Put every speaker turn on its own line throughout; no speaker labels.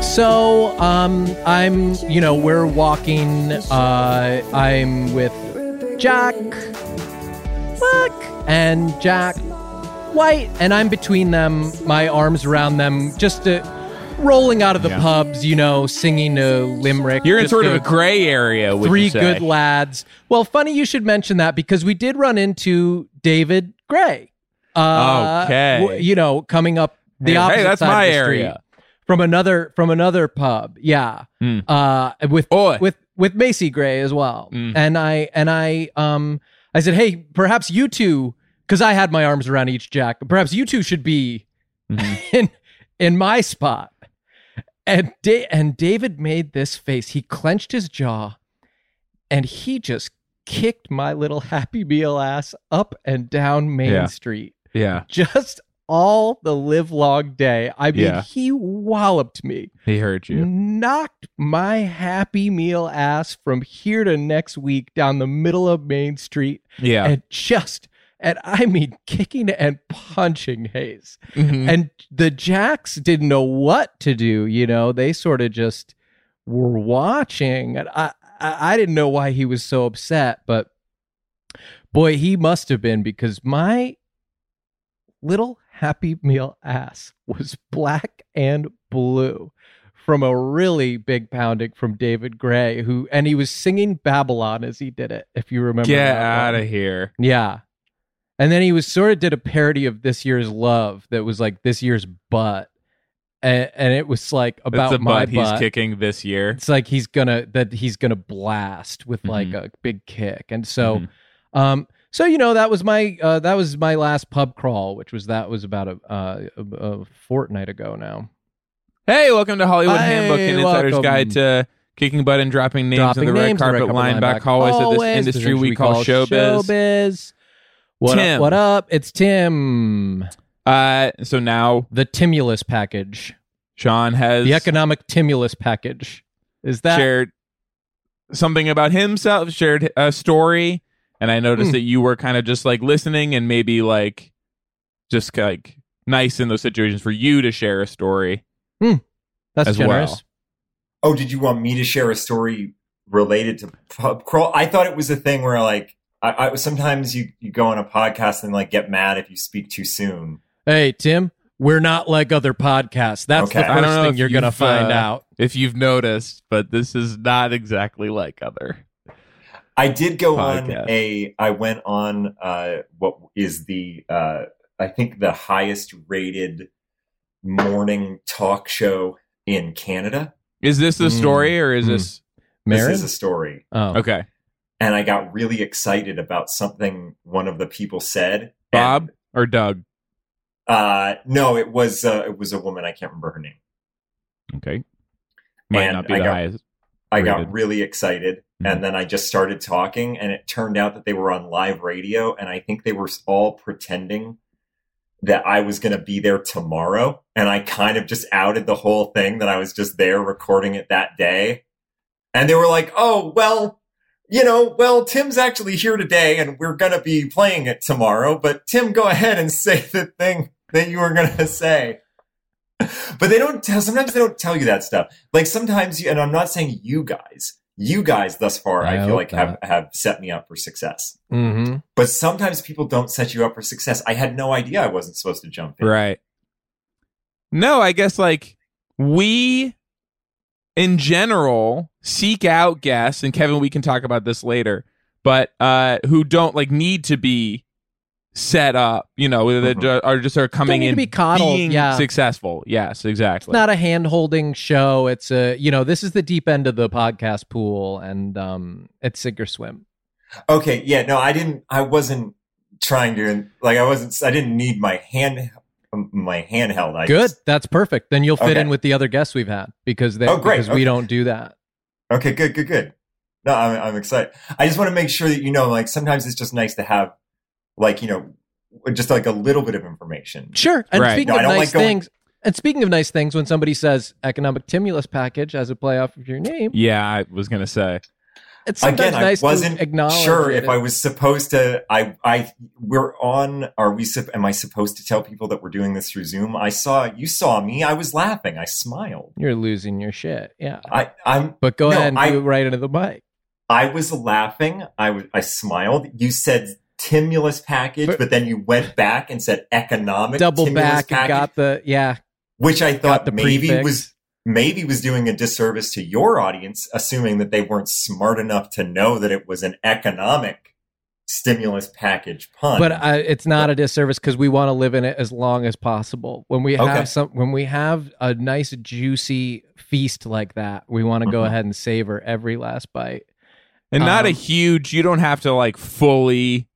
So um, I'm, you know, we're walking. Uh, I'm with Jack, Black, and Jack White, and I'm between them, my arms around them, just uh rolling out of the
Yeah.
pubs, you know, singing a limerick.
You're in
just
sort of a gray area. Would
three
you say?
good lads. Well, funny you should mention that because we did run into David Gray. Uh,
Okay.
w- you know, coming up the
Hey,
opposite
that's
side
my
of the
area.
street. from another from another pub. Yeah,
Hmm.
uh, with
Oi.
with with Macy Gray as well.
Mm.
And I and I um I said, hey, perhaps you two, because I had my arms around each Jack. Perhaps you two should be
Mhm.
in in my spot. And da- and David made this face. He clenched his jaw, and he just kicked my little Happy Meal ass up and down Main
Yeah.
Street,
Yeah,
just all the live long day. I mean,
Yeah.
he walloped me
he heard you.
knocked my happy meal ass from here to next week down the middle of Main Street
Yeah,
Mm-hmm. and just and I mean kicking and punching Hayes.
Mhm.
And the Jacks didn't know what to do, you know. They sort of just were watching and I I, I didn't know why he was so upset, but boy, he must have been because my little happy meal ass was black and blue from a really big pounding from David Gray, who and he was singing Babylon as he did it, if you remember.
get
that
out
one.
of here.
Yeah. And then he was sort of did a parody of this year's love that was like this year's butt. And, and it was like about
That's the
my
butt
butt.
he's kicking this year.
It's like he's gonna that he's gonna blast with like
Mm-hmm.
a big kick. And so um so you know that was my uh that was my last pub crawl, which was that was about a uh a, a fortnight ago now.
Hey, welcome to Hollywood
Hey,
Handbook and Insider's
welcome.
Guide to Kicking Butt and Dropping Names
Dropping
on the Red
names,
Carpet,
carpet
line back hallways of this
always,
industry we
we
call showbiz.
showbiz. What
Tim.
up? What up? It's Tim.
Uh, so now
The Timulus package.
Sean has
the economic stimulus package. Is that
shared something about himself, shared a story, and I noticed
Hmm.
that you were kind of just like listening and maybe like just like nice in those situations for you to share a story.
that's
as
generous?
well.
Oh, did you want me to share a story related to pub crawl? I thought it was a thing where like I, I sometimes you, you go on a podcast and like get mad if you speak too soon.
Hey Tim, we're not like other podcasts. That's
Okay.
the
I
don't
first
know
thing
if
you're gonna
you've,
find
uh,
out.
If you've noticed, but this is not exactly like other.
I did go
Podcast.
on a I went on uh what is the uh I think the highest rated morning talk show in Canada.
Is this the
Mm.
story or is
Mm.
this
Mary.
This is a story.
oh,
okay?
and I got really excited about something one of the people said.
Bob or Doug?
And, uh, no, it was uh, it was a woman. I can't remember her name.
Okay, might
And
not be
I
the
got-
highest.
I
Rated.
got really excited,
Mhm.
and then I just started talking, and it turned out that they were on live radio, and I think they were all pretending that I was going to be there tomorrow, and I kind of just outed the whole thing that I was just there recording it that day, and they were like, "Oh, well." You know, well, Tim's actually here today and we're going to be playing it tomorrow, but Tim, go ahead and say the thing that you were going to say. But they don't tell, sometimes they don't tell you that stuff. Like sometimes you, and I'm not saying you guys, you guys thus far,
I
I, feel
hope
like have, have set me up for success.
hmm
But sometimes people don't set you up for success. I had no idea I wasn't supposed to jump in.
Right. No, I guess like we in general seek out guests and Kevin we can talk about this later, but uh who don't like need to be set up, you know, that ju- are just are coming
need to
in
be coddled,
being
yeah.
successful. Yes,
It's
exactly.
not a hand holding show. It's a you know, this is the deep end of the podcast pool and um it's sink or swim.
Okay. Yeah. No, I didn't, I wasn't trying to, like, I wasn't, I didn't need my hand, my handheld. I
Good.
just-
That's perfect. Then you'll fit
Okay.
in with the other guests we've had because they
Oh, great.
because we
Okay.
don't do that.
Okay, good, good, good. No, I'm, I'm excited. I just want to make sure that you know, like, sometimes it's just nice to have, like, you know, just like a little bit of information.
Sure. And
Right.
speaking
No, I
of
don't
nice
like going-
things and speaking of nice things, when somebody says economic stimulus package as a play off of your name,
yeah, I was going to say.
It's sometimes
Again, I
nice
wasn't
to acknowledge
sure
oh, it.
if I was supposed to. I, I, we're on. Are we? sup- Am I supposed to tell people that we're doing this through Zoom? I saw you saw me. I was laughing. I smiled.
You're losing your shit. Yeah.
I, I'm.
But go
No,
ahead and
I-
do it right into the mic.
I was laughing. I, w- I smiled. You said stimulus package,
But-
but, then you went back and said economic
Double
stimulus
back and
package,
got the yeah,
which I
got
thought
the
maybe
prefix.
was maybe was doing a disservice to your audience, assuming that they weren't smart enough to know that it was an economic stimulus package pun.
but uh, it's not a disservice because we want to live in it as long as possible. When we
Okay.
have some, when we have a nice juicy feast like that, we want to go
Mhm.
ahead and savor every last bite.
and not a
Um,
huge. You don't have to like fully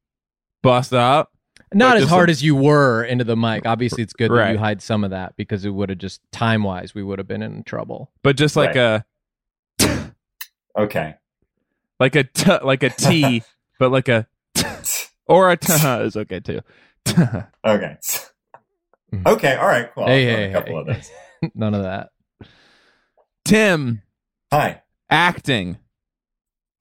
bust up.
Not
But
as
just
hard
a-
as you were into the mic. Obviously, it's good that
Right.
you hide some of that because it would have just time wise we would have been in trouble.
but just like
Right.
a
okay.
like a t- like a t but like a or a t is okay too
Okay. okay. All right. Cool. I'll
Hmm. Hey,
throw
hey,
in a couple
hey.
of those.
None of that.
tim
Hi.
acting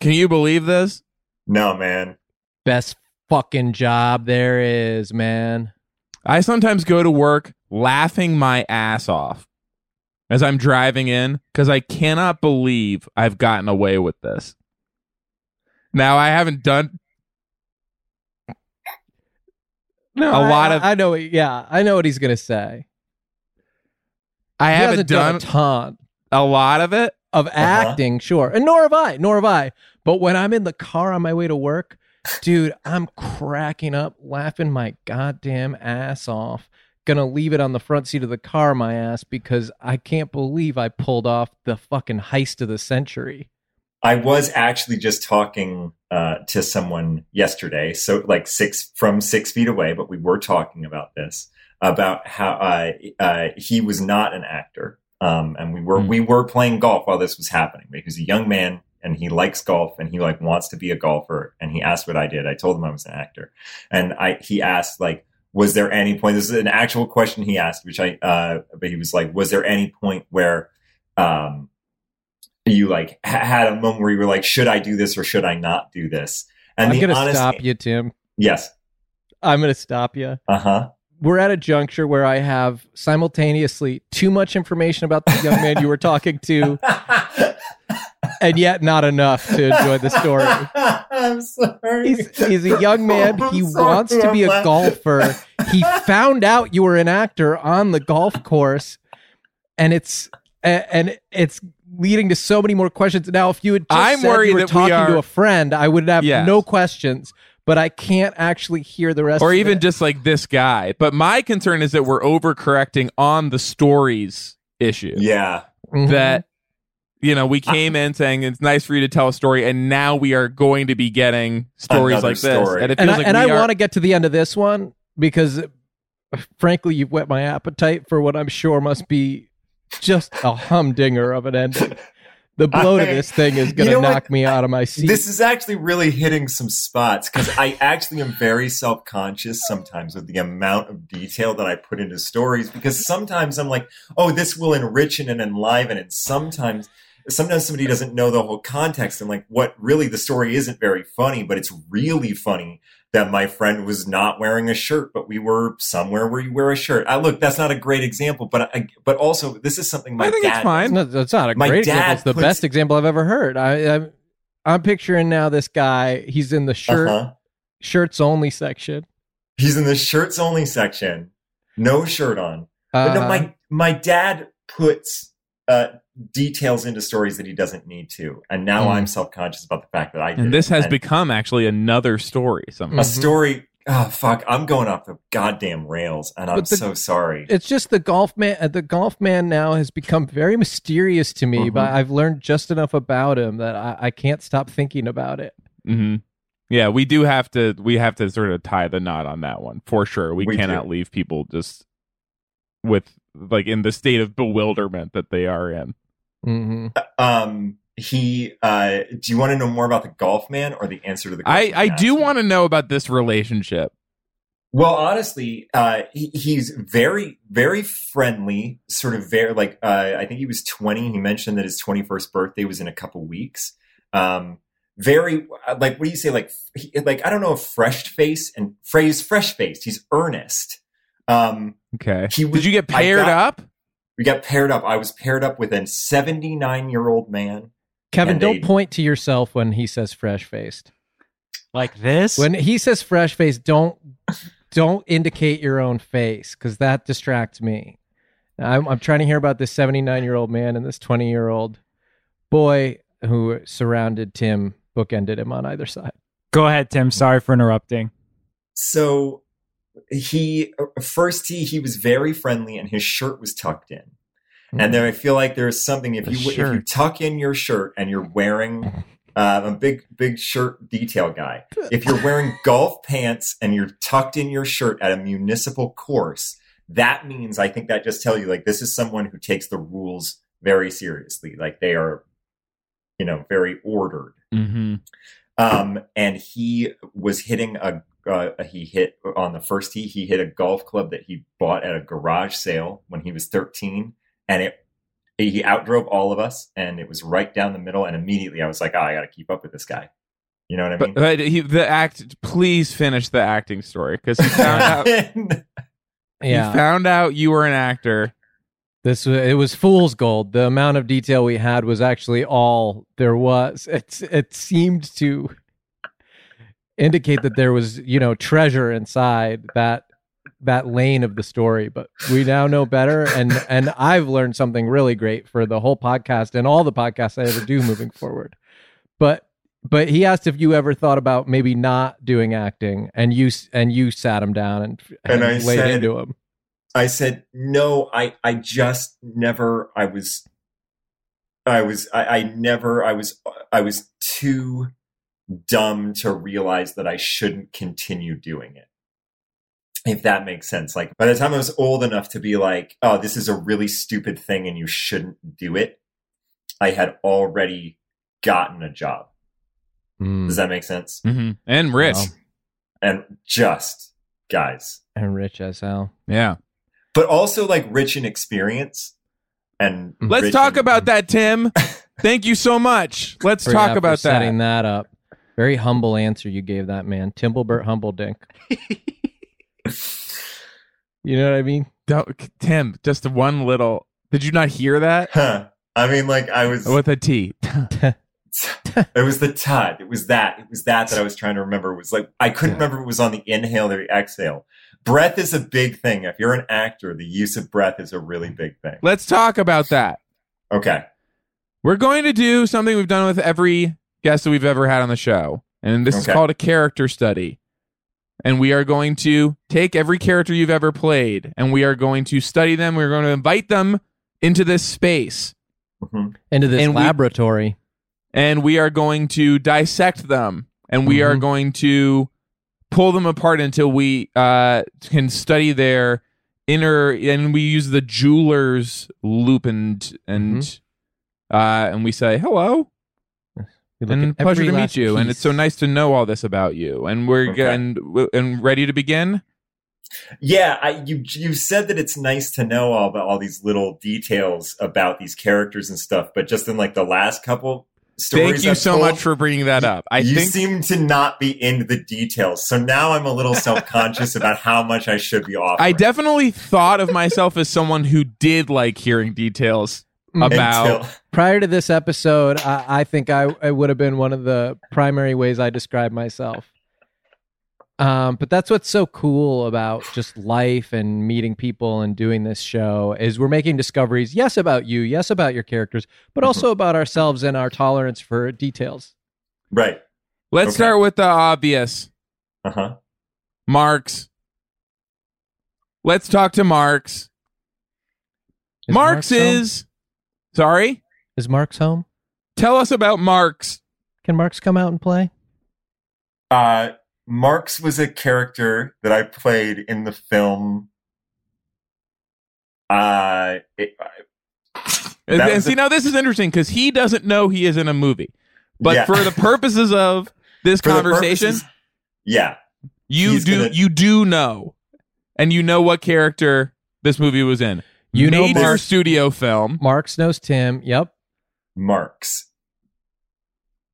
can you believe this
No, man.
Best fucking job there is, man.
i sometimes go to work laughing my ass off as i'm driving in because i cannot believe i've gotten away with this now i haven't done
No,
A
I-
lot of-
I know. What, yeah, I know what he's gonna say.
i
he
haven't
hasn't done, Uh-huh.
done
a ton
a lot of it
of acting, sure, and nor have I, nor have I. But when I'm in the car on my way to work, dude, I'm cracking up, laughing my goddamn ass off. Gonna leave it on the front seat of the car, my ass, because I can't believe I pulled off the fucking heist of the century.
I was actually just talking uh, to someone yesterday, so like six from six feet away, but we were talking about this about how uh, uh, he was not an actor, um, and we were
Hmm.
we were playing golf while this was happening. He was a young man and he likes golf and he like wants to be a golfer, and he asked what I did. I told him I was an actor, and I he asked like. Was there any point? This is an actual question he asked, which I, uh, but he was like, was there any point where, um, you like ha- had a moment where you were like, should I do this or should I not do this? And
I'm
the
gonna
honest,
stop you, Tim.
yes,
I'm gonna stop you.
uh huh,
we're at a juncture where I have simultaneously too much information about the young man you were talking to, and yet not enough to enjoy the story.
I'm sorry.
He's, he's a young man.
I'm
He
sorry,
wants to be
I'm
a
laugh-
golfer. He found out you were an actor on the golf course, and it's a- and it's leading to so many more questions. Now, if you had just
I'm
said
worried
you were
that we
talking
are-
to a friend, I would have
Yes.
no questions. But I can't actually hear the rest.
or
of
even
it.
just like this guy but my concern is that we're overcorrecting on the stories issue
Yeah,
Mhm.
that you know we came in saying it's nice for you to tell a story and now we are going to be getting stories
Another
like this
story.
and it feels
and I,
like
and I
we are-
want to get to the end of this one because, frankly, you've whet my appetite for what I'm sure must be just a humdinger of an ending. The blow to
I-
this thing is
you
going to
know what?
knock me out of my seat.
this is actually really hitting some spots because I actually am very self conscious sometimes with the amount of detail that I put into stories because sometimes I'm like, oh, this will enrich and enliven, and sometimes. Sometimes somebody doesn't know the whole context and like what really the story isn't very funny, but it's really funny that my friend was not wearing a shirt, but we were somewhere where you wear a shirt. I look, that's not a great example, but I, but also this is something my
I think
dad
it's fine
It's not, it's not a
My
great example.
dad
It's the
puts-
best example I've ever heard. I, I'm, I'm picturing now this guy. He's in the shirt
Uh-huh.
shirts only section.
He's in the shirts only section, no shirt on.
Uh,
But no,
Uh-huh.
my my dad puts uh, details into stories that he doesn't need to, and now
Mm.
I'm self conscious about the fact that I did.
Hmm. and this
it.
has
And
become Mhm. actually another story
a
somehow
story. Oh fuck! I'm going off the goddamn rails, and I'm
But the-
so sorry.
it's just the golf man. uh, The golf man now has become very mysterious to me,
Mhm.
but
Mm-hmm.
I've learned just enough about him that I, I can't stop thinking about it.
hmm yeah we do have to we have to sort of tie the knot on that one for sure we,
We
cannot
do.
leave people just with like in the state of bewilderment that they are in
Mm-hmm.
Um, he. Uh, do you want to know more about the golf man or the answer to the?
i
question
i
you
do
asked me?
want to know about this relationship
Well, honestly, uh, he, he's very, very friendly. Sort of very like uh, I think he was twenty. He mentioned that his twenty-first birthday was in a couple weeks. Um, very like what do you say like he- like I don't know fresh face and phrase fresh faced. He's earnest. Um,
Okay.
he was,
Did you get
I
paired
got-
up?
We got paired up. I was paired up with a 79 year old man.
Kevin,
And
don't
they-
point to yourself when he says fresh faced.
Like this?
When he says fresh faced, don't don't indicate your own face because that distracts me. I'm, I'm trying to hear about this 79 year old man and this 20 year old boy who surrounded Tim, bookended him on either side.
Go ahead, Tim. Sorry for interrupting.
So he uh, first he he was very friendly and his shirt was tucked in. And then I feel like there's something if
Hmm. The
you if you
shirt.
tuck in your shirt and you're wearing uh, I'm a big big shirt detail guy. If you're wearing golf pants and you're tucked in your shirt at a municipal course, that means I think that just tells you like this is someone who takes the rules very seriously. Like they are, you know, very ordered.
Mm-hmm.
Um, and he was hitting a uh, he hit on the first tee. He hit a golf club that he bought at a garage sale when he was 13, and it he outdrove all of us, and it was right down the middle. And immediately, I was like, oh, I got to keep up with this guy. You know what I mean?
But, but he, the act. Please finish the acting story because he found out.
Yeah.
He found out you were an actor.
This wa- it was fool's gold. The amount of detail we had was actually all there was. It's it seemed to indicate that there was you know treasure inside that that lane of the story. But we now know better, and and I've learned something really great for the whole podcast and all the podcasts I ever do moving forward. But but he asked if you ever thought about maybe not doing acting, and you s- and you sat him down and
And I
laid
said-
into him.
I said, no, I, I just never, I was, I was, I, I never, I was, I was too dumb to realize that I shouldn't continue doing it. If that makes sense. Like by the time I was old enough to be like, oh, this is a really stupid thing and you shouldn't do it, I had already gotten a job.
Hmm.
Does that make sense?
Mm-hmm. And rich.
Wow.
And just, guys,
And rich as hell.
Yeah.
but also like rich in experience. And
Let's
rich
talk
in-
about that, Tim. Thank you so much. Let's
for- yeah,
talk
for
about that.
setting that up. Very humble answer you gave that man, Timblebert Humbledink. You know what I mean?
Don't- Tim, just one little. Did you not hear that?
Huh. I mean, like I was.
With a T.
It was the tut. It was that. It was that that I was trying to remember. It was like I couldn't
Yeah.
remember if it was on the inhale or the exhale. Breath is a big thing. If you're an actor, the use of breath is a really big thing.
Let's talk about that.
Okay.
We're going to do something we've done with every guest that we've ever had on the show. And this is
Okay.
called a character study. And we are going to take every character you've ever played and we are going to study them. We're going to invite them into this space
Mhm.
Into this
And we-
laboratory.
and we are going to dissect them and we are
Mhm.
going to pull them apart until we uh, can study their inner and we use the jeweler's loop and and uh, and we say hello
We look
and
at every
pleasure to meet
last
you and
piece.
it's so nice to know all this about you and we're
Okay.
and and ready to begin
Yeah, I, you you said that it's nice to know all the, all these little details about these characters and stuff, but just in like the last couple stories,
thank you
I've
so
told,
much for bringing that up i
you
think
seem to not be into the details, so now I'm a little self conscious about how much I should be offering.
i definitely thought of myself as someone who did like hearing details
Mm.
about
Until-
Prior to this episode, I, I think I, I would have been one of the primary ways I describe myself. Um, but that's what's so cool about just life and meeting people and doing this show is we're making discoveries, yes, about you, yes, about your characters, but
Mm-hmm.
also about ourselves and our tolerance for details.
right.
let's
Okay.
start with the obvious
Uh huh.
Uh-huh. Marks. Let's talk to Marks.
Is
Marks
home?
is sorry.
Is Mark's home?
Tell us about Marks.
Can Mark's come out and play?
Uh, Marx was a character that I played in the film. Uh, it,
And,
That
and
was
see,
a-
now this is interesting because he doesn't know he is in a movie. But
yeah.
for the purposes of this
For the
conversation,
purposes- yeah,
you
he's
do
gonna-
you do know, and you know what character this movie was in.
You know
Major
Marks.
studio film.
Mark's knows Tim. Yep.
Marx.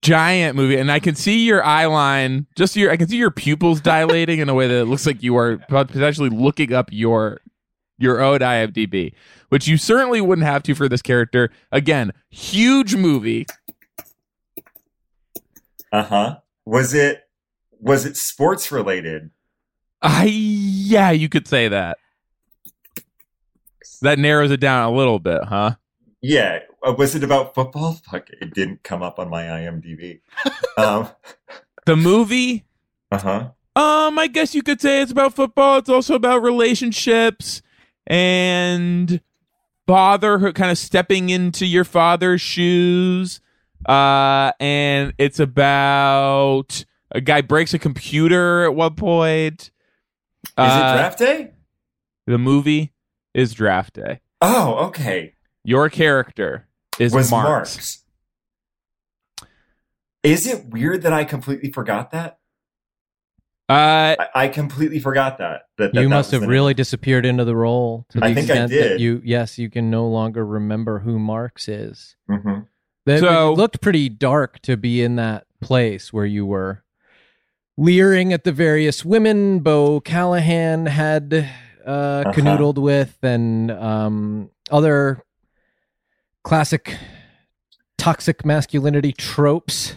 giant movie, and I can see your eye line, just your, I can see your pupils dilating in a way that it looks like you are potentially looking up your your own IMDb, which you certainly wouldn't have to for this character. Again, huge movie.
Uh huh. Was it was it sports related?
I yeah, you could say that. That narrows it down a little bit, huh?
Yeah. Uh, Was it about football? Fuck, it didn't come up on my IMDb. um,
The movie,
uh huh.
um, I guess you could say it's about football. It's also about relationships and fatherhood, kind of stepping into your father's shoes. Uh, and it's about a guy breaks a computer at one point.
Is
Uh,
it draft day?
The movie is draft day.
Oh, okay.
Your character is
was
Marx.
Marx. Is it weird that I completely forgot that?
Uh,
I, I completely forgot that. that, that
you
that
must
was
have
the-
really disappeared into the role to the
I think I
extent that
did.
you yes you can no longer remember who Marx is.
Mhm.
That
So-
it looked pretty dark to be in that place where you were leering at the various women Bo Callahan had uh,
Uh-huh.
canoodled with and um, other classic toxic masculinity tropes.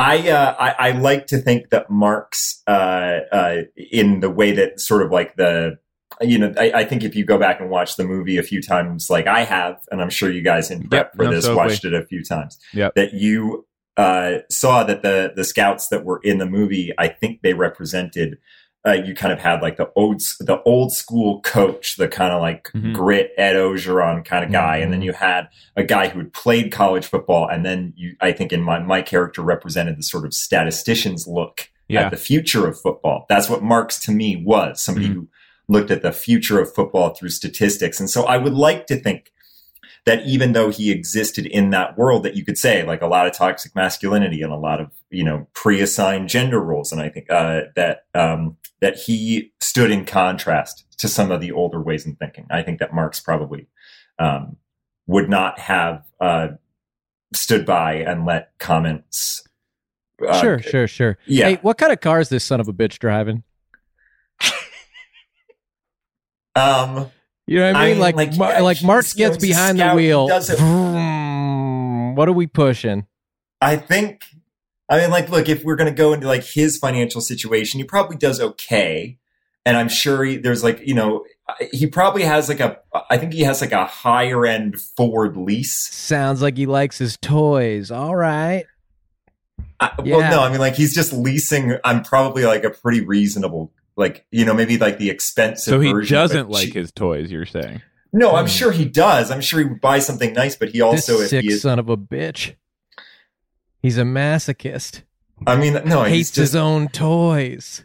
I, uh, I I like to think that Marx, uh, uh, in the way that sort of like the, you know, I, I think if you go back and watch the movie a few times, like I have, and I'm sure you guys in prep
Yep,
for
no,
this
totally.
watched it a few times,
Yep.
that you uh, saw that the the scouts that were in the movie, I think they represented. Uh, you kind of had like the old the old school coach, the kind of like
Mm-hmm.
Mhm.
grit Ed Ogeron kind of guy, and then you had a guy who had played college football, and then you, I think in my my character represented the sort of statistician's look
Yeah.
at the future of football. That's what Marx to me was somebody
Mm-hmm.
Mhm.
who looked at the future of football through statistics, and so I would like to think that even though he existed in that world, that you could say like a lot of toxic masculinity and a lot of you know pre-assigned gender roles, and I think uh, that um, that he stood in contrast to some of the older ways in thinking. I think that Marx probably um, would not have uh, stood by and let comments. uh,
sure, sure, sure.
Yeah.
Hey, what kind of car is this son of a bitch driving?
um,
You know what I
I
mean?
mean,
like,
like,
Mar-
yeah,
like
he's-
Marx
you know,
gets
he's a
behind the
scout, he
wheel.
does it-
Vroom. what are we pushing?
I think. I mean, like, look, if we're going to go into like his financial situation, he probably does okay, and I'm sure he, there's like, you know, he probably has like a. I think he has like a higher end Ford lease.
Sounds like he likes his toys. All right.
I, Well,
Yeah.
no, I mean, like, he's just leasing. I'm probably like a pretty reasonable, like, you know, maybe like the expensive.
so he
version, but
doesn't like
cheap.
his toys. You're saying?
No, I'm
Hmm.
sure he does. I'm sure he would buy something nice, but he also,
this
if
sick
he is,
son of a bitch. He's a masochist.
I mean, no, he's
Hates
just,
his own toys,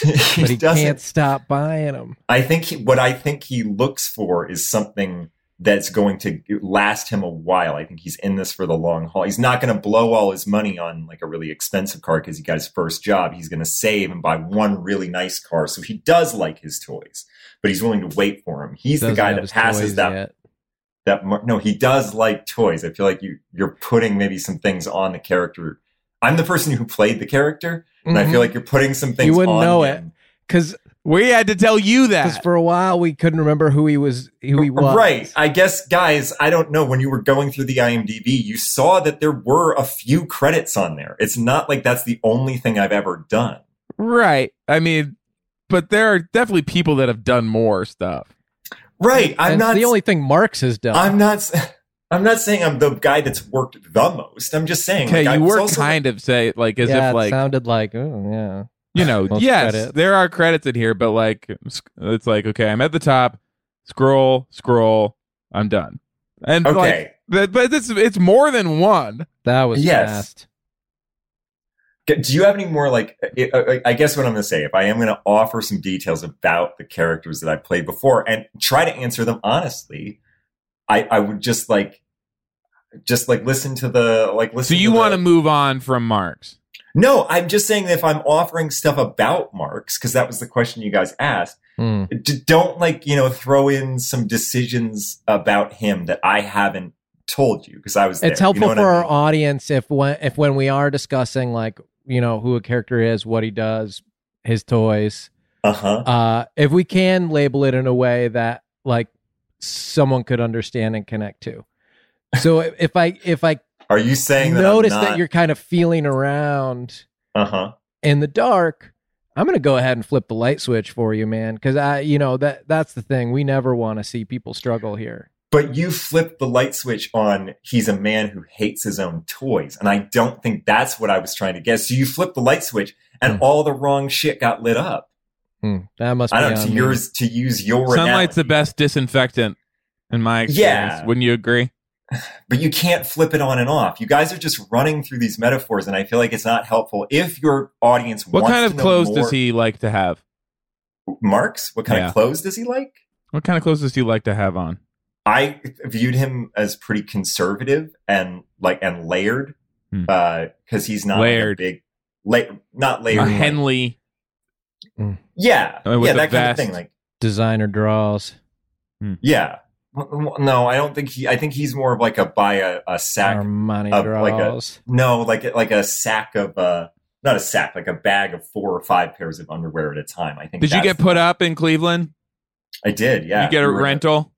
he
but he
doesn't.
can't stop buying them.
I think he, what I think he looks for is something that's going to last him a while. I think he's in this for the long haul. He's not going to blow all his money on like a really expensive car because he got his first job. He's going to save and buy one really nice car. So he does like his toys, but he's willing to wait for him. He's the guy that passes that that mar- no he does like toys i feel like you you're putting maybe some things on the character i'm the person who played the character and
Mm-hmm.
i feel like you're putting some things
wouldn't
on
know
him.
because
We had to tell you that.
for a while we couldn't remember who he was. Who he was.
right i guess guys i don't know when you were going through the imdb you saw that there were a few credits on there it's not like that's the only thing i've ever done
Right. I mean, but there are definitely people that have done more stuff.
right i'm
That's
not
the only thing Marx has done.
i'm not s- i'm not saying i'm the guy that's worked the most i'm just saying
Okay,
like, I
you
was
were
also-
kind of say like as
yeah,
if like
it sounded like oh yeah.
you know
most
yes
credits.
there are credits in here, but like sc- it's like okay, I'm at the top. Scroll, scroll. I'm done. And
okay
like, that, but it's it's more than one.
That was
Yes.
fast.
G- Do you have any more like? I- I I guess what I'm going to say, if I am going to offer some details about the characters that I played before and try to answer them honestly, I, I would just like, just like listen to the like
So
listen.
you want to
to? the-
move on from Marx?
No, I'm just saying that if I'm offering stuff about Marx, because that was the question you guys asked,
Hmm.
d- don't like you know throw in some decisions about him that I haven't told you because I was.
It's
there, you
helpful
know what
for
I
our
mean?
audience if when if when we are discussing like you know who a character is, what he does, his toys.
Uh-huh.
Uh, if we can label it in a way that like someone could understand and connect to. So if- if I if I
Are you saying that
notice
I'm
that
not,
you're kind of feeling around
Uh-huh.
in the dark, I'm gonna go ahead and flip the light switch for you, man. Because I, you know that that's the thing. We never want to see people struggle here.
But you flipped the light switch on he's a man who hates his own toys. And I don't think that's what I was trying to get. So you flipped the light switch and
Hmm.
all the wrong shit got lit up.
Hmm, that must.
I
be
don't know,
on
to
me.
yours to use your
Sunlight's the
analogy.
best disinfectant in my experience.
Yeah.
Wouldn't you agree?
but you can't flip it on and off. You guys are just running through these metaphors and I feel like it's not helpful. If your audience
What
wants
kind
to
of
know
clothes
more-
does he like to have?
Marks? What kind
Yeah.
of clothes does he like?
What kind of clothes does he like to have on?
I viewed him as pretty conservative and like and layered
Hmm.
because he's not like, a
Layered.
big, la- not layered.
A
like-
Henley.
yeah,
Uh, with
yeah,
a
that kind of
vest.
thing. Like,
designer draws.
yeah, W- w- no, I don't think he. I think he's more of like a buy a, a sack.
Armani
of, like, a-
draws.
no, like like a sack of uh, not a sack, like a bag of four or five pairs of underwear at a time. I think.
Did you
that's
get
the-
put up in Cleveland?
I did. Yeah.
you get a
We were-
rental?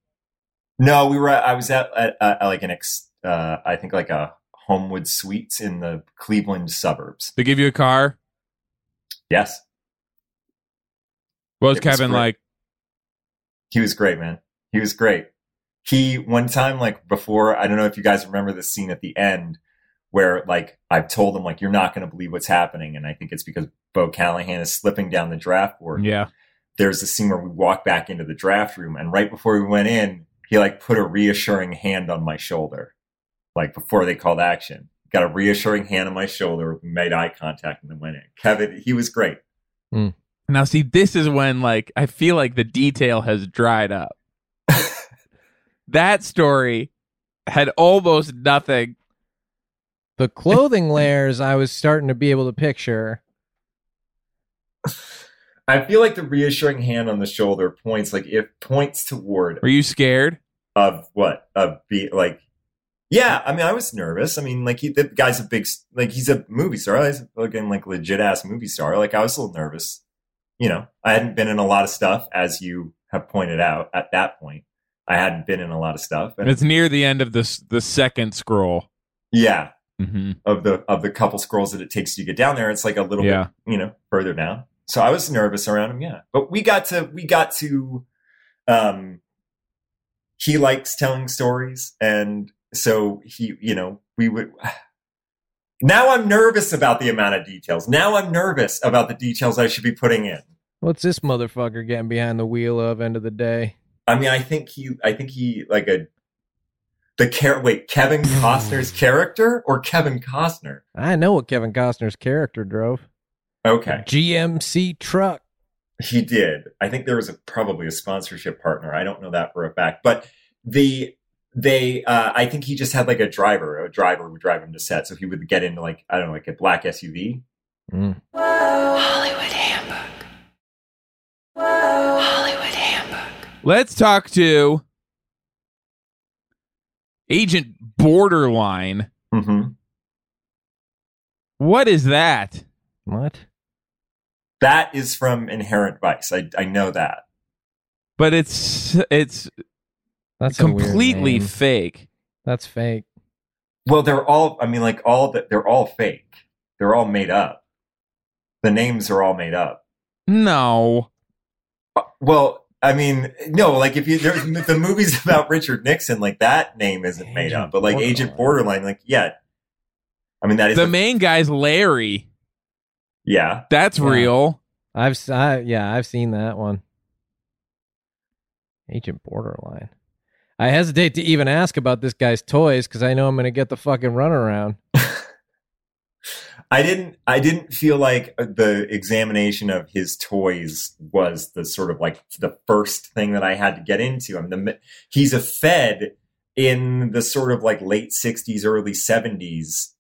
No, we were. at- I was at, at, at like an ex. Uh, I think like a Homewood Suites in the Cleveland suburbs.
They give you a car?
Yes.
What was
It was
Kevin
great.
like?
he was great, man. He was great. He one time, like before, I don't know if you guys remember the scene at the end where like I've told him like you're not going to believe what's happening, and I think it's because Bo Callahan is slipping down the draft board.
Yeah.
There's a scene where we walk back into the draft room, and right before we went in, he like put a reassuring hand on my shoulder, like before they called action. Got a reassuring hand on my shoulder, we made eye contact, and then went in. Kevin, he was great.
Now, see, this is when, like, I feel like the detail has dried up. that story had almost nothing.
The clothing layers I was starting to be able to picture.
I feel like the reassuring hand on the shoulder points like it points toward
Were you scared?
of what of be like yeah i mean i was nervous i mean like he, the guy's a big s- like he's a movie star he's a fucking like legit ass movie star like i was a little nervous you know i hadn't been in a lot of stuff as you have pointed out at that point i hadn't been in a lot of stuff and
It's near the end of this the second scroll.
yeah
Mm-hmm.
of the of the couple scrolls that it takes to get down there it's like a little
Yeah.
bit you know further down so i was nervous around him yeah but we got to we got to um he likes telling stories and so he you know we would now i'm nervous about the amount of details now i'm nervous about the details i should be putting in
What's this motherfucker getting behind the wheel of end of the day?
i mean i think he i think he like a the care wait kevin costner's character or kevin costner
I know what Kevin Costner's character drove.
okay
GMC truck.
He did. I think there was a, probably a sponsorship partner. I don't know that for a fact, but the they uh, I think he just had like a driver. A driver would drive him to set, so he would get into like I don't know, like a black SUV.
Mm.
Hollywood Handbook. Hollywood Handbook.
Let's talk to Agent Borderline.
Mm-hmm.
What is that?
What?
That is from Inherent Vice. I I know that.
But it's it's
That's a weird
completely
name.
fake.
That's fake.
Well, they're all. I mean, like all that. They're all fake. They're all made up. The names are all made up.
No.
Uh, Well, I mean, no, like if you there's the movies about Richard Nixon, like that name isn't made
Agent
up, but like Agent Borderline, like yeah. I mean that is
The
a-
main guy's Larry.
yeah.
That's
Yeah.
real.
I've s- I, yeah, I've seen that one. Agent Borderline. I hesitate to even ask about this guy's toys because I know I'm going to get the fucking runaround.
I didn't I didn't feel like uh, the examination of his toys was the sort of like the first thing that I had to get into. I mean, the, mi- he's a Fed in the sort of like late 60s early 70s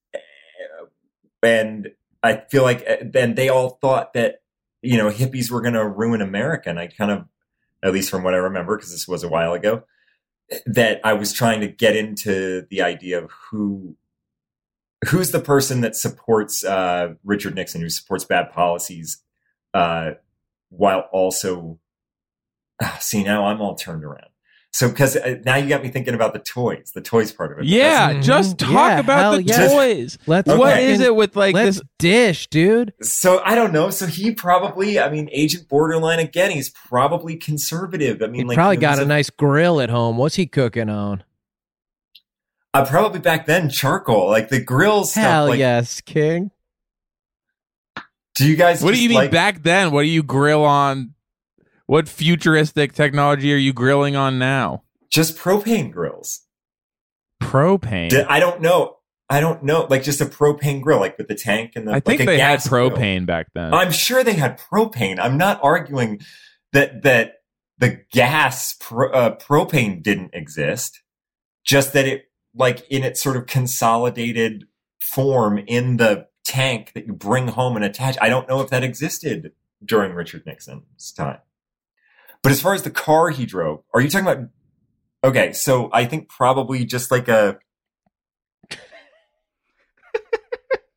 and I feel like uh, then they all thought that you know hippies were going to ruin America, and I kind of, at least from what I remember, because this was a while ago, eh, that I was trying to get into the idea of who who's the person that supports uh, Richard Nixon, who supports bad policies, uh, while also Ah, see now I'm all turned around. So because uh, now you got me thinking about the toys, the toys part of it.
Yeah,
Mhm.
just talk
Yeah,
about
hell
the
yes.
toys.
Let's
Okay.
What
fucking-
is it with like
let's
this?
dish, dude.
So I don't know. So he probably, I mean, Agent Borderline again. He's probably conservative. I mean,
He
like
probably
he
got a
was
nice grill at home. What's he cooking on?
uh, probably back then charcoal, like the grill stuff.
Hell
like,
yes, King.
Do you guys?
What do
just
you mean
like-
back then? What do you grill on? What futuristic technology are you grilling on now?
Just propane grills.
Propane.
D- I don't know. I don't know. Like just a propane grill, like with the tank and the.
I think
like a
they had
gas grill.
propane back then.
I'm sure they had propane. I'm not arguing that that the gas pro, uh, propane didn't exist, just that it like in its sort of consolidated form in the tank that you bring home and attach. I don't know if that existed during Richard Nixon's time. But as far as the car he drove, are you talking about? Okay, so I think probably just like a.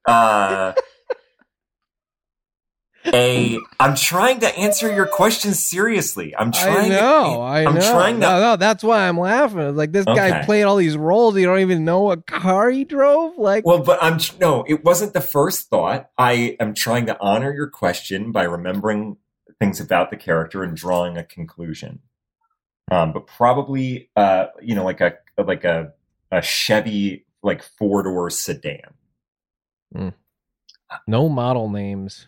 uh a I'm trying to answer your question seriously. I'm trying
I
to-
know. I know.
I'm trying to
no, no, that's why I'm laughing. It's like this guy
Okay.
played all these roles. You don't even know what car he drove. Like,
Well, but I'm no, it wasn't the first thought. I am trying to honor your question by remembering things about the character and drawing a conclusion. Um, but probably, uh, you know, like a like a a Chevy like four door sedan.
no model names.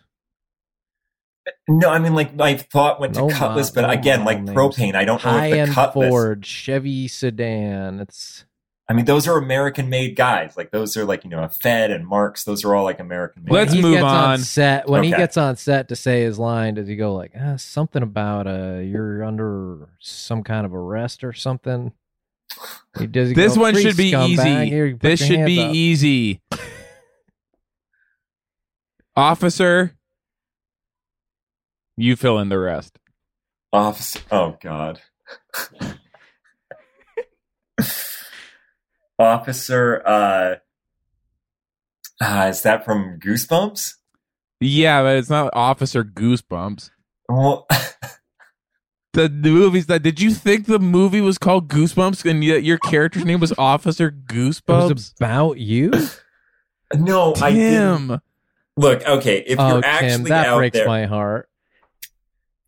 No, I mean like my thought went to
No mo-
Cutlass, but
no
again, like
model names.
propane. I don't know
High
if the
end
Cutlass.
Ford, Chevy sedan. It's
I mean, those are American made guys. Like those are like you know a Fed and Marks. Those are all like American made.
Let's
when he
move
gets
on.
set when he
Okay.
gets on set to say his line. Does he go like "Ah, something about uh you're under some kind of arrest or something? He does. he
this
go,
one
"Free
should be
scumbag,
easy.
here, you put
this
your
should
hands
be
up."
easy. Officer, you fill in the rest.
Officer. Oh God. Officer. Uh, uh, is that from Goosebumps?
Yeah, but it's not Officer Goosebumps.
Well,
The, the movie's that. Did you think the movie was called Goosebumps and yet your character's name was Officer
It
Goosebumps?
was about you.
no, I didn't.
Tim.
Look, okay. If
oh,
you're
Tim,
actually
that
out
breaks
there,
my heart.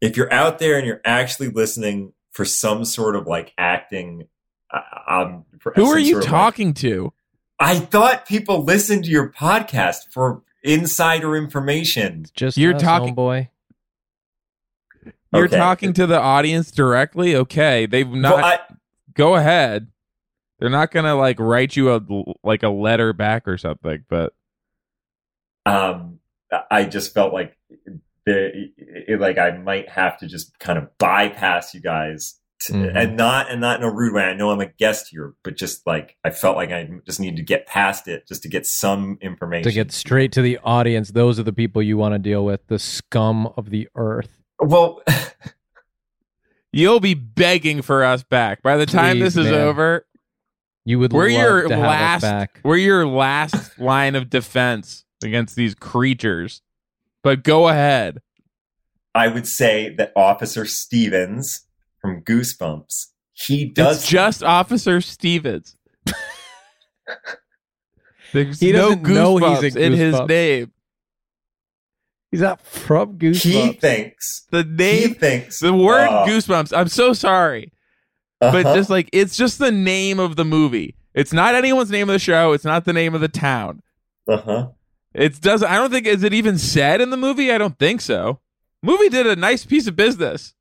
if you're out there and you're actually listening for some sort of like acting, uh, um, for
Who
some
are you
sort of, like-
talking to?
I thought people listened to your podcast for insider information.
Just
You're
us,
talking-
homeboy.
You're
Okay.
talking to the audience directly? Okay. They've not
Well, I-
go ahead. They're not gonna like write you a like a letter back or something, but
um i just felt like the it, like i might have to just kind of bypass you guys to,
Mm-hmm.
Mhm.
and not and not in a rude way i know i'm a guest here but just like i felt like i just needed to get past it just to get some information
To get straight to the audience, those are the people you want to deal with, the scum of the earth.
well
you'll be begging for us back by the time
Please,
this is
man.
over.
You would
We're
love
your
to have
last-
us back.
We're your last line of defense against these creatures. But go ahead.
i would say that officer stevens from goosebumps he does
it's just Officer Stevens. There's
He
no
doesn't know he's
goosebumps
a
in his
goosebumps.
name.
He's not from
he
Goosebumps.
thinks
The
he
name,
thinks
the word
Oh.
uh,
goosebumps. I'm so sorry. but
uh-huh.
just like it's just the name of the movie. It's not anyone's name of the show. It's not the name of the town.
uh-huh
It does. I don't think is it even said in the movie. I don't think so. Movie did a nice piece of business.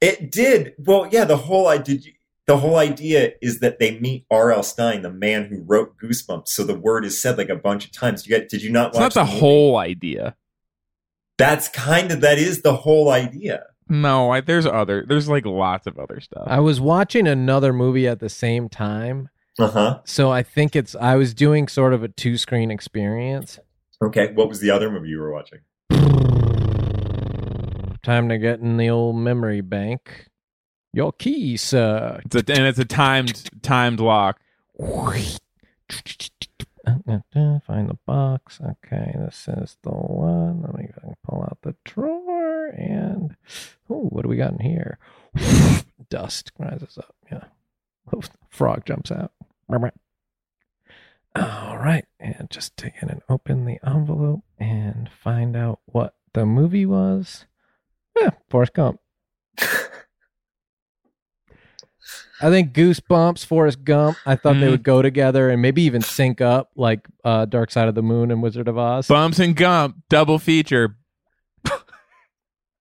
It did. Well, yeah, the whole I did the whole idea is that they meet R.L. Stein, the man who wrote Goosebumps. So the word is said like a bunch of times. You got did you not
It's
watch
not the
movie?
whole idea.
That's kind of that is the whole idea.
No, I, there's other. There's like lots of other stuff.
I was watching another movie at the same time.
Uh-huh.
So I think it's I was doing sort of a two screen experience.
Okay. What was the other movie you were watching?
Time to get in the old memory bank. Your key, sir.
It's a, and it's a timed timed lock.
Find the box. Okay, this is the one. Let me pull out the drawer and oh, what do we got in here? Dust rises up. Yeah, frog jumps out. All right, and just take it and open the envelope and find out what the movie was. Yeah, Forrest Gump. I think Goosebumps, Forrest Gump. I thought they
Mhm.
would go together and maybe even sync up, like uh, Dark Side of the Moon and Wizard of Oz.
Bumps and Gump double feature.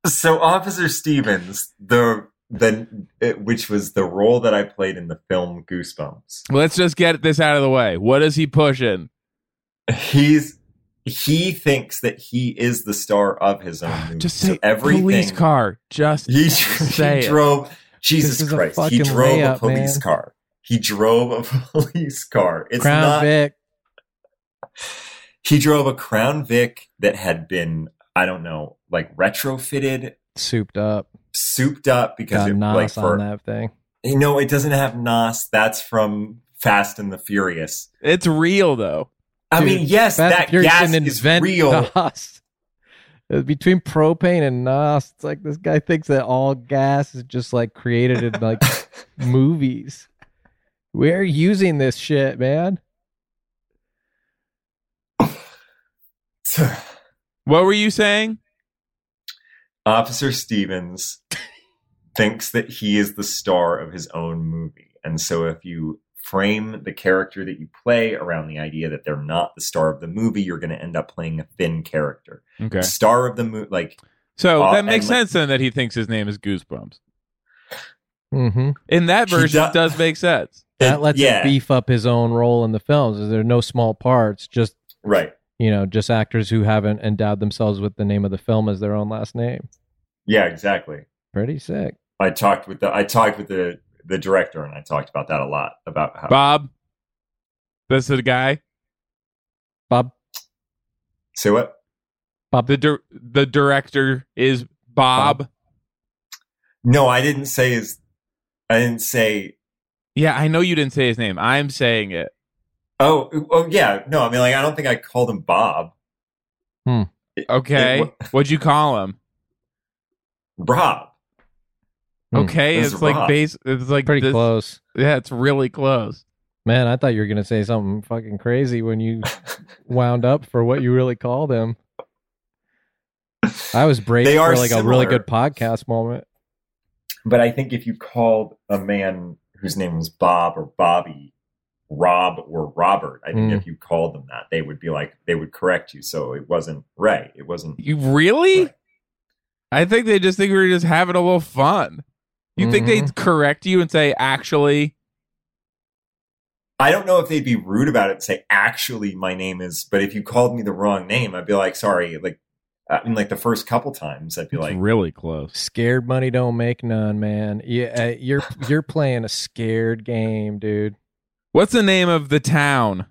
So Officer Stevens, the the it- which was the role that I played in the film Goosebumps.
Let's just get this out of the way. What is he pushing?
He's he thinks that he is the star of his own movie.
Just
So
say police car. Just
He,
say
he
it.
drove Jesus
is a
Christ. He
fucking
drove
layup,
a police
man.
car. He drove a police car. It's
Crown
not
Vic.
he drove a Crown Vic that had been I don't know, like retrofitted,
souped up.
souped up because
Got
it
Nas
like
on
for
that thing.
you know it doesn't have Nas. That's from Fast and the Furious.
it's real though.
I
Dude,
mean, yes,
Fast
that
and Furious
gas
didn't
is
invent
real.
Nas. It was Between propane and Nas, it's like this guy thinks that all gas is just like created in like movies. We're using this shit, man.
What were you saying?
Officer Stevens thinks that he is the star of his own movie. And so if you frame the character that you play around the idea that they're not the star of the movie, you're going to end up playing a thin character.
Okay.
Star of the movie, like
So
Uh,
that makes
and like-
sense then that he thinks his name is Goosebumps.
Mm-hmm.
In that
He
version,
do-
it does make sense.
That
it-
lets
yeah,
him beef up his own role in the films. There are no small parts, just
right.
you know, just actors who haven't endowed themselves with the name of the film as their own last name.
Yeah, exactly.
Pretty sick.
I talked with the I talked with the the director and I talked about that a lot about how
Bob, that's the guy.
Bob
Say what?
The dir- the director is Bob.
No, I didn't say his I didn't say
Yeah, I know you didn't say his name. I'm saying it.
Oh, oh yeah. No, I mean like I don't think I called him Bob.
Hmm.
It-
Okay.
it wa-
What'd you call him?
Rob.
Hmm.
Okay,
This
it's
is
like
rough.
base. It's like
pretty
this-
close.
Yeah, it's really close.
Man, I thought you were gonna say something fucking crazy when you wound up for what you really call them. I was brave
They
for
are
like a really
similar.
good podcast moment.
But I think if you called a man whose name was Bob or Bobby, Rob or Robert, I think
Mm.
if you called them that, they would be like, they would correct you. So it wasn't right. It wasn't.
You really?
Right.
I think they just think we were just having a little fun. You think
Mhm.
they'd
Mm-hmm.
correct you and say, actually,
I don't know if they'd be rude about it and say, actually, my name is, but if you called me the wrong name, I'd be like, sorry. Like, I mean, like the first couple times, I'd be like,
really close.
Scared money don't make none, man. Yeah, uh, you're you're playing a scared game, dude.
What's the name of the town?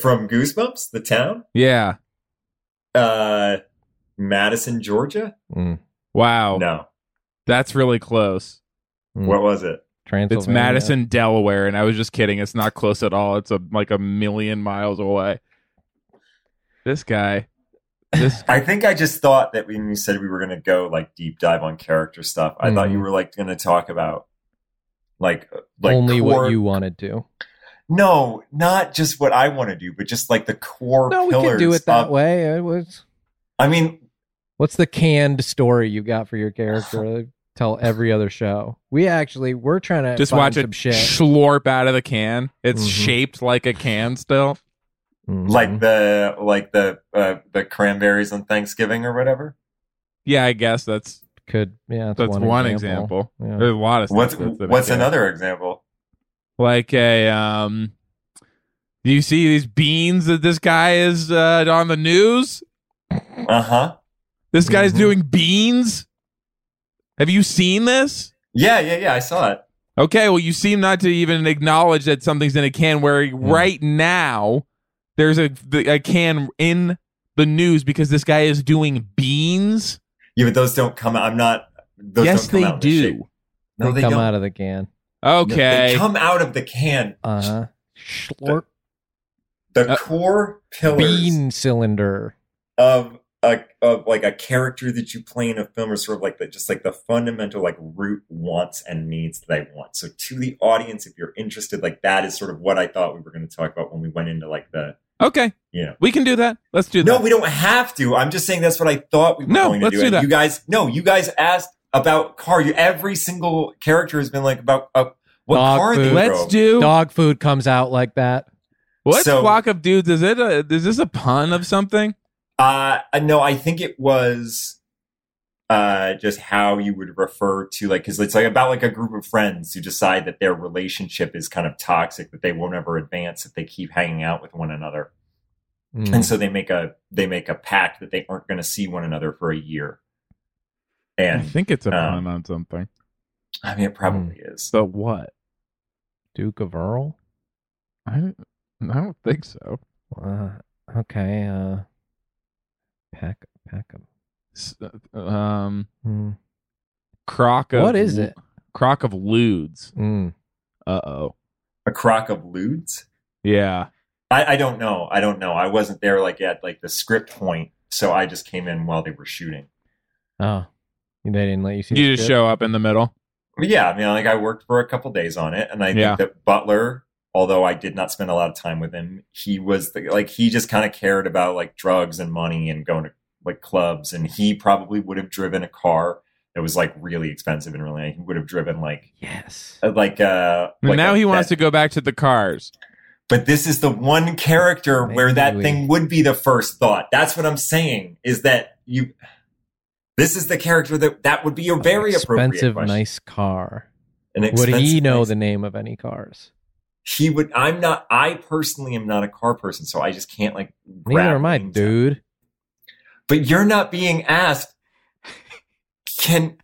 from Goosebumps, the town,
Yeah.
uh, Madison, Georgia?
Mm,
Wow.
No.
That's really close.
mm.
What was it?
It's
Transylvania.
Madison, Delaware, and I was just kidding. It's not close at all. It's a, like a million miles away. This guy, this
I think I just thought that when you said we were going to go like deep dive on character stuff, I thought you
Mhm.
were like going to talk about like uh, like
Only
core-
what you wanted to.
No, not just what I want to do, but just like the core
No, we
pillars.
can do it that
of-
way. It was.
I mean,
What's the canned story you got for your character? Tell every other show. We actually we're trying to
just
find
watch
some
it
shit.
slurp out of the can. It's
Mhm.
shaped like a can still.
Mm-hmm.
like the like the uh, the cranberries on Thanksgiving or whatever.
Yeah, I guess that's
could yeah that's,
that's one,
one, example,
example.
Yeah.
There's a lot of stuff
What's
that's in it,
what's
yeah.
another example?
Like a um, do you see these beans that this guy is uh, on the news?
Uh huh.
This guy's
Mm-hmm.
Mhm.
doing beans. Have you seen this?
Yeah, yeah, yeah. I saw it.
Okay, well, you seem not to even acknowledge that something's in a can. Where
Mm.
right now there's a the- a can in the news because this guy is doing beans.
Yeah, but those don't come out. I'm not. Those
yes,
don't come
they
out in the shape.
do.
No,
they,
they,
come
don't.
out of the can.
No,
Okay.
they come out of the can.
Uh huh. Schlorp
The
Uh,
core pillars
bean cylinder.
of a of like a character that you play in a film are sort of like the just like the fundamental like root wants and needs that I want. So to the audience, if you're interested, like that is sort of what I thought we were going to talk about when we went into like the
okay.
you know.
We can do that. Let's do
No,
that.
we don't have to. I'm just saying that's what I thought we were
No,
going to
let's
do.
do
And
that.
You guys, no, you guys asked about car. You, every single character has been like about uh, what
Dog
car they
food.
Let's
drove.
do
Dog food comes out like that.
what
So-
flock of dudes is it? A, is this a pun of something?
Uh, no, I think it was uh, just how you would refer to like because it's like about like a group of friends who decide that their relationship is kind of toxic that they won't ever advance if they keep hanging out with one another,
Mm.
and so they make a they make a pact that they aren't going to see one another for a year.
I
And
think it's a
uh,
pun on something.
I mean, it probably is.
So what?
Duke of Earl.
I don't, I don't think so.
Uh, okay. Uh, pack pack 'em.
S- Um,
Mm.
croc. Of,
What is it?
Croc of lewds.
Mm.
Uh oh.
A crock of lewds.
Yeah.
I, I don't know. I don't know. I wasn't there like at like the script point, so I just came in while they were shooting.
Oh, they didn't let you see.
You
the
just
script?
show up in the middle.
But yeah, I mean, like I worked for a couple days on it, and I
Yeah.
think that Butler, although I did not spend a lot of time with him, he was the, like he just kind of cared about like drugs and money and going to like clubs, and he probably would have driven a car that was like really expensive and really he would have driven like
Yes.
uh, like uh
And
like
now
a-
he wants
that-
to go back to the cars.
but this is the one character
Maybe
where that
we-
thing would be the first thought that's what i'm saying is that you this is the character that that would be a very appropriate
expensive,
question.
nice car.
An
Would he
expensive,
know
nice-
the name of any cars?
he would i'm not i personally am not a car person so i just can't like grab
Neither am I,
names out.
dude.
but you're not being asked can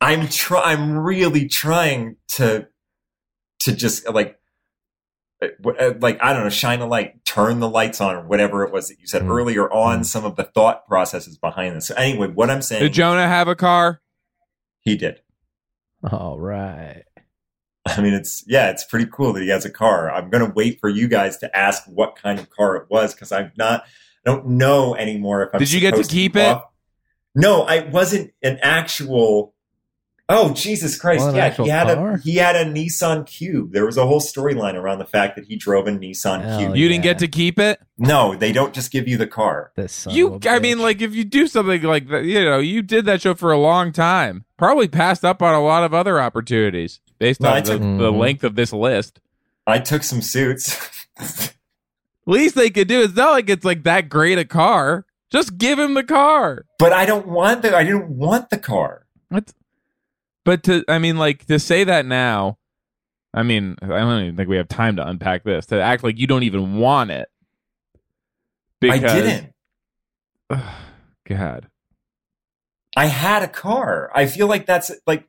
i'm try i'm really trying to to just like uh, wh- uh, like i don't know shine a light turn the lights on or whatever it was that you said
Mm.
earlier on
Mm.
some of the thought processes behind this so anyway what i'm saying
Did Jonah have a car?
he did
All right.
I mean, it's yeah, it's pretty cool that he has a car. I'm gonna wait for you guys to ask what kind of car it was because I'm not, I don't know anymore. If I'm
Did you get to
supposed
keep
be
it?
off- No, I wasn't an actual. Oh Jesus Christ!
Well, an
yeah,
actual
he had
car?
a he had a Nissan Cube. There was a whole storyline around the fact that he drove a Nissan
Hell
Cube.
Oh,
you didn't
yeah.
get to keep it.
No, they don't just give you the car.
This son of
you,
a
I mean,
bitch.
like if you do something like that, you know, you did that show for a long time. Probably passed up on a lot of other opportunities based
No, I
on the,
took-
the
Mhm.
length of this list.
I took some suits.
Least they could do. It's not like it's like that great a car. Just give him the car.
but I don't want the I didn't want the car.
But to, I mean, like to say that now, I mean, I don't even think we have time to unpack this. To act like you don't even want it.
I didn't.
God.
I had a car. I feel like that's like,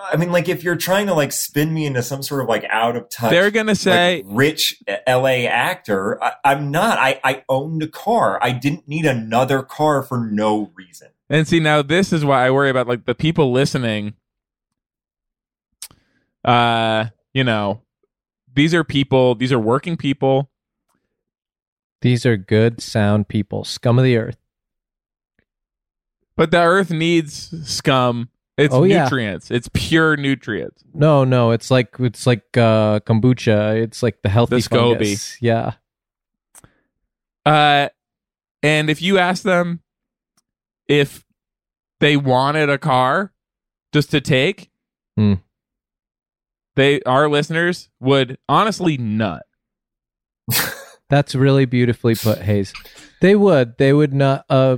I mean, like if you're trying to like spin me into some sort of like out of touch,
They're gonna say
like, rich LA actor, I, I'm not. I I owned a car. I didn't need another car for no reason.
And see, now this is why I worry about like the people listening. Uh, you know, these are people. These are working people.
these are good, sound people, scum of the earth.
But the earth needs scum. It's
Oh, yeah.
nutrients. It's pure nutrients.
No, no, it's like it's like uh, kombucha. It's like the healthy
The SCOBY.
fungus. Yeah.
Uh, and if you ask them if they wanted a car just to take,
Hmm.
they our listeners would honestly nut.
That's really beautifully put, Hayes. They would. They would not. A uh,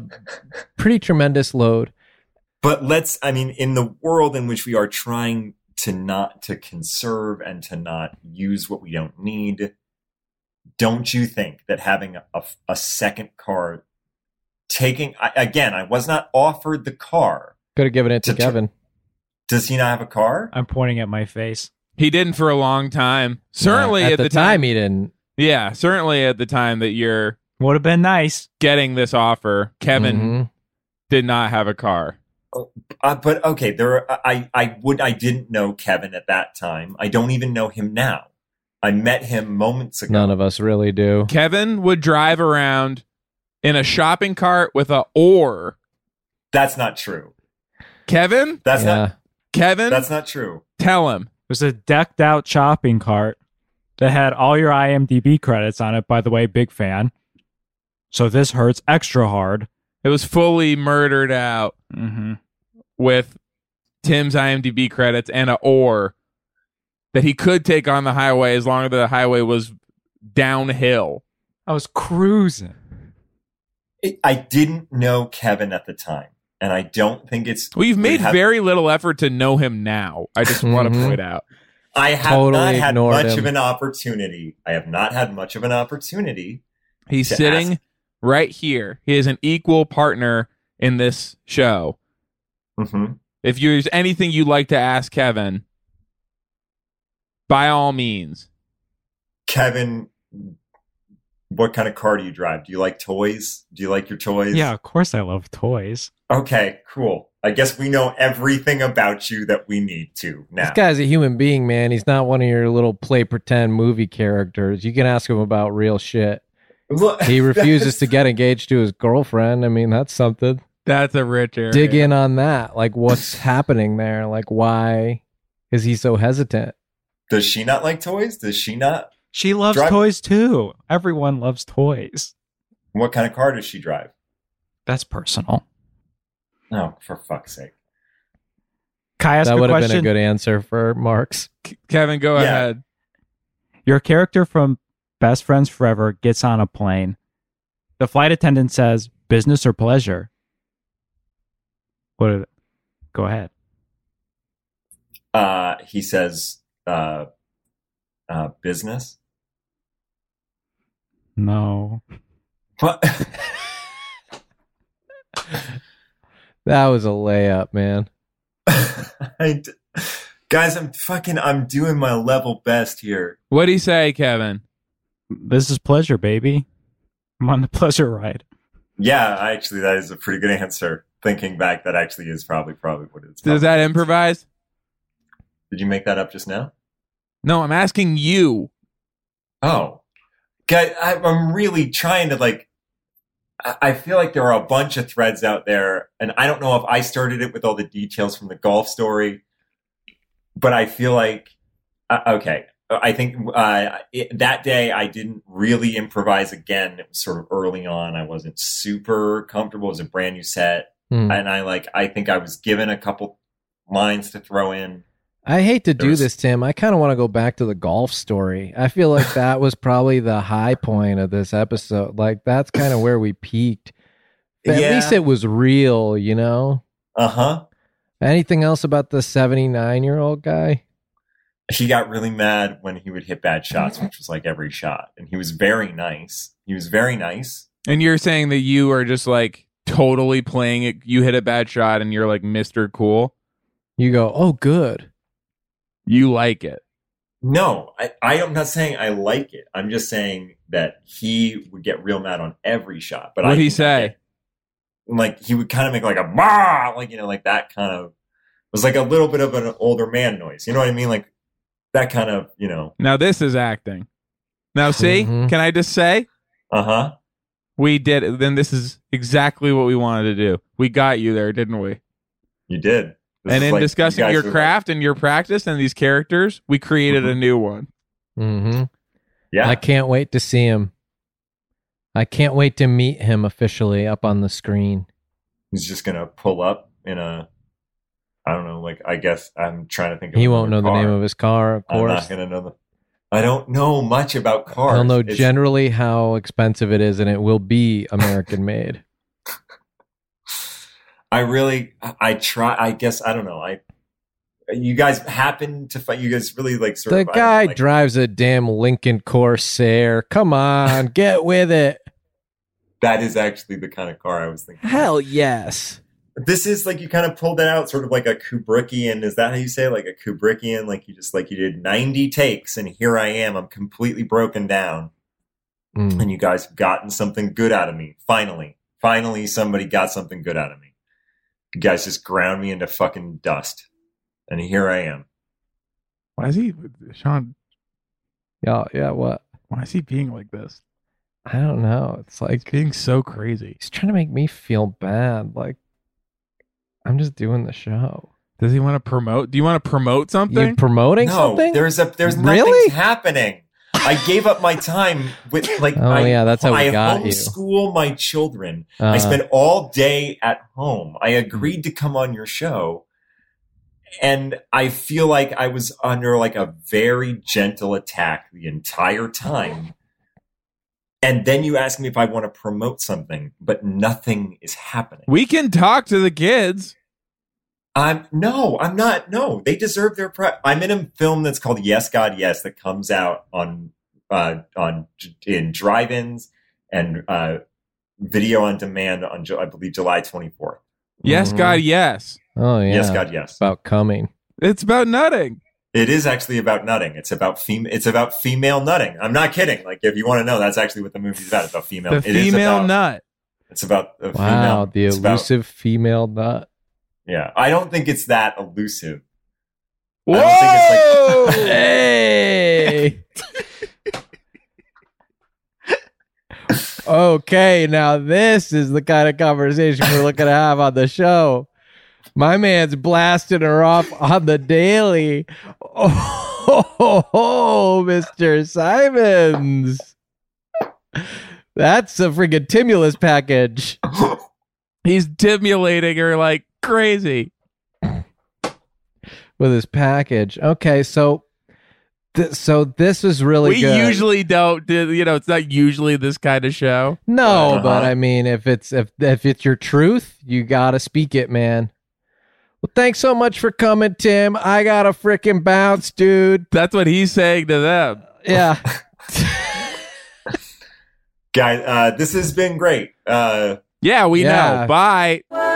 pretty tremendous load.
But let's, I mean, in the world in which we are trying to not to conserve and to not use what we don't need, don't you think that having a, a, a second car, taking I, again, I was not offered the car.
Could have given it to
To- to-
Kevin.
Does he not have a car?
I'm pointing at my face.
He didn't for a long time. Certainly
Yeah,
at, the, time.
he didn't.
Yeah, certainly at the time that you're
Would have been nice.
getting this offer, Kevin
Mhm.
did not have a car.
uh, but okay, there. Are, I I would I didn't know Kevin at that time. I don't even know him now. I met him moments ago.
None of us really do.
Kevin would drive around in a shopping cart with a oar.
That's not true.
Kevin,
That's
yeah.
not.
Kevin,
That's not true.
tell him.
was a decked out shopping cart that had all your IMDb credits on it. By the way, big fan. So this hurts extra hard.
It was fully murdered out
Mm-hmm.
with Tim's IMDb credits and a oar that he could take on the highway as long as the highway was downhill.
I was cruising.
It, I didn't know Kevin at the time, and I don't think it's.
We've made
have-
very little effort to know him now. I just want to
Mhm.
point out.
I have not
Totally
had
ignored
much
him.
of an opportunity. I have not had much of an opportunity.
He's
To
sitting
ask-
right here. He is an equal partner in this show.
hmm
If there's anything you'd like to ask Kevin, by all means.
Kevin, what kind of car do you drive? Do you like toys? Do you like your toys?
Yeah, of course I love toys.
Okay, cool. I guess we know everything about you that we need to now.
This guy's a human being, man. He's not one of your little play pretend movie characters. You can ask him about real shit.
Look-
He refuses to get engaged to his girlfriend. I mean, that's something.
That's a rich area.
Dig in on that. Like, what's happening there? Like, why is he so hesitant?
Does she not like toys? Does she not?
She loves
Drive-
toys too. Everyone loves toys.
What kind of car does she drive?
That's personal.
Oh, for fuck's sake.
Can I ask
that
a
would have
question?
been a good answer for Marks.
K- Kevin, go
Yeah.
ahead.
Your character from Best Friends Forever gets on a plane. The flight attendant says, "Business or pleasure?" What? Are the- Go ahead.
Uh, he says, uh, uh, business.
No.
But
That was a layup, man.
I d- guys, I'm fucking, I'm doing my level best here.
What'd he say, Kevin?
This is pleasure, baby. I'm on the pleasure ride.
Yeah, I actually, that is a pretty good answer. Thinking back, that actually is probably probably what it's.
Is that improvised?
Did you make that up just now?
No, I'm asking you.
Oh, guy, I, I'm really trying to like. I I feel like there are a bunch of threads out there, and I don't know if I started it with all the details from the golf story, but I feel like uh, okay. I think uh, it, that day I didn't really improvise again. It was sort of early on. I wasn't super comfortable. It was a brand new set,
Hmm.
and I like. I think I was given a couple lines to throw in.
I hate to do
There's-
this, Tim. I kind of want to go back to the golf story. I feel like that was probably the high point of this episode. Like that's kind of where we peaked. At
Yeah.
least it was real, you know.
Uh huh.
Anything else about the seventy-nine-year-old guy?
he got really mad when he would hit bad shots, which was like every shot. And he was very nice. He was very nice.
And you're saying that you are just like totally playing it. You hit a bad shot and you're like Mr. Cool.
You go, oh, good.
You like it.
No, I, I am not saying I like it. I'm just saying that he would get real mad on every shot. But I
What'd he
think I
say?
get- like he would kind of make like a bah, like you know, like that kind of it was like a little bit of an older man noise. You know what I mean? Like that kind of you know,
Now this is acting. Now see,
Mhm.
can I just say
uh huh.
we did it. then this is exactly what we wanted to do. We got you there, didn't we?
You did. This
and
is
in
like- you
discussing
guys
your
are like-
craft and your practice and these characters, we created a new one.
hmm
yeah,
I can't wait to see him. I can't wait to meet him officially up on the screen.
he's just gonna pull up in a. I don't know. Like I guess I'm trying to think. of
He won't know
another
the name
car.
of his car, of
I'm
course.
not gonna know the. I don't know much about cars.
He'll know
It's-
generally how expensive it is, and it will be American-made.
I really, I I try. I guess I don't know. I, you guys happen to find you guys really like sort
The
of. I don't
guy
know, like-
drives a damn Lincoln Corsair. Come on, get with it.
that is actually the kind of car I was thinking.
Hell yes.
This is like you kind of pulled that out, sort of like a Kubrickian. Is that how you say it? like a Kubrickian? Like you just like you did ninety takes, and here I am. I'm completely broken down,
Mm.
and you guys have gotten something good out of me. Finally, finally, somebody got something good out of me. You guys just ground me into fucking dust. And here I am.
Why is he, Sean?
Yeah, yeah, what?
Why is he being like this?
I don't know. It's
He's
like
being so crazy.
he's trying to make me feel bad. Like I'm just doing the show.
Does he want to promote? Do you want to promote
You
something?
promoting
no,
something?
there's a there's
Really?
nothing's happening. I gave up my time with like
Oh,
I,
yeah, that's how we
I
got you.
homeschool my children. I
Uh,
spent all day at home. I agreed to come on your show. And I feel like I was under like a very gentle attack the entire time. And then you ask me if I want to promote something, but nothing is happening.
we can talk to the kids.
I'm no, I'm not. No, they deserve their prep. I'm in a film that's called Yes God Yes that comes out on uh, on in drive-ins and uh, video on demand on Ju- I believe July 24th.
Mhm.
Yes,
Mm-hmm.
God, yes.
Oh yeah.
Yes God Yes.
About coming.
It's about nutting.
It is actually about nutting. It's about fem- It's about female nutting. I'm not kidding. Like if you want to know, that's actually what the movie's about. It's about female.
The
it is
female
about,
nut.
It's about a
Wow,
female.
the
it's about-
elusive female nut.
yeah, I don't think it's that elusive. I
Whoa!
don't
Hey. okay, now this is the kind of conversation we're looking to have on the show. My man's blasting her off on the daily. Oh, Mr. Simons. That's a freaking stimulus package.
He's stimulating her like crazy.
with his package. Okay, so th- so this is really
we
good.
usually don't, do, you know, it's not usually this kind of show.
no,
Uh-huh.
but I mean, if it's if if it's your truth, you gotta speak it, man. Well, thanks so much for coming, Tim. I got to freaking bounce, dude.
That's what he's saying to them.
Yeah,
Guys, uh, this has been great. Uh,
Yeah, we
Yeah.
know. Bye.
Whoa.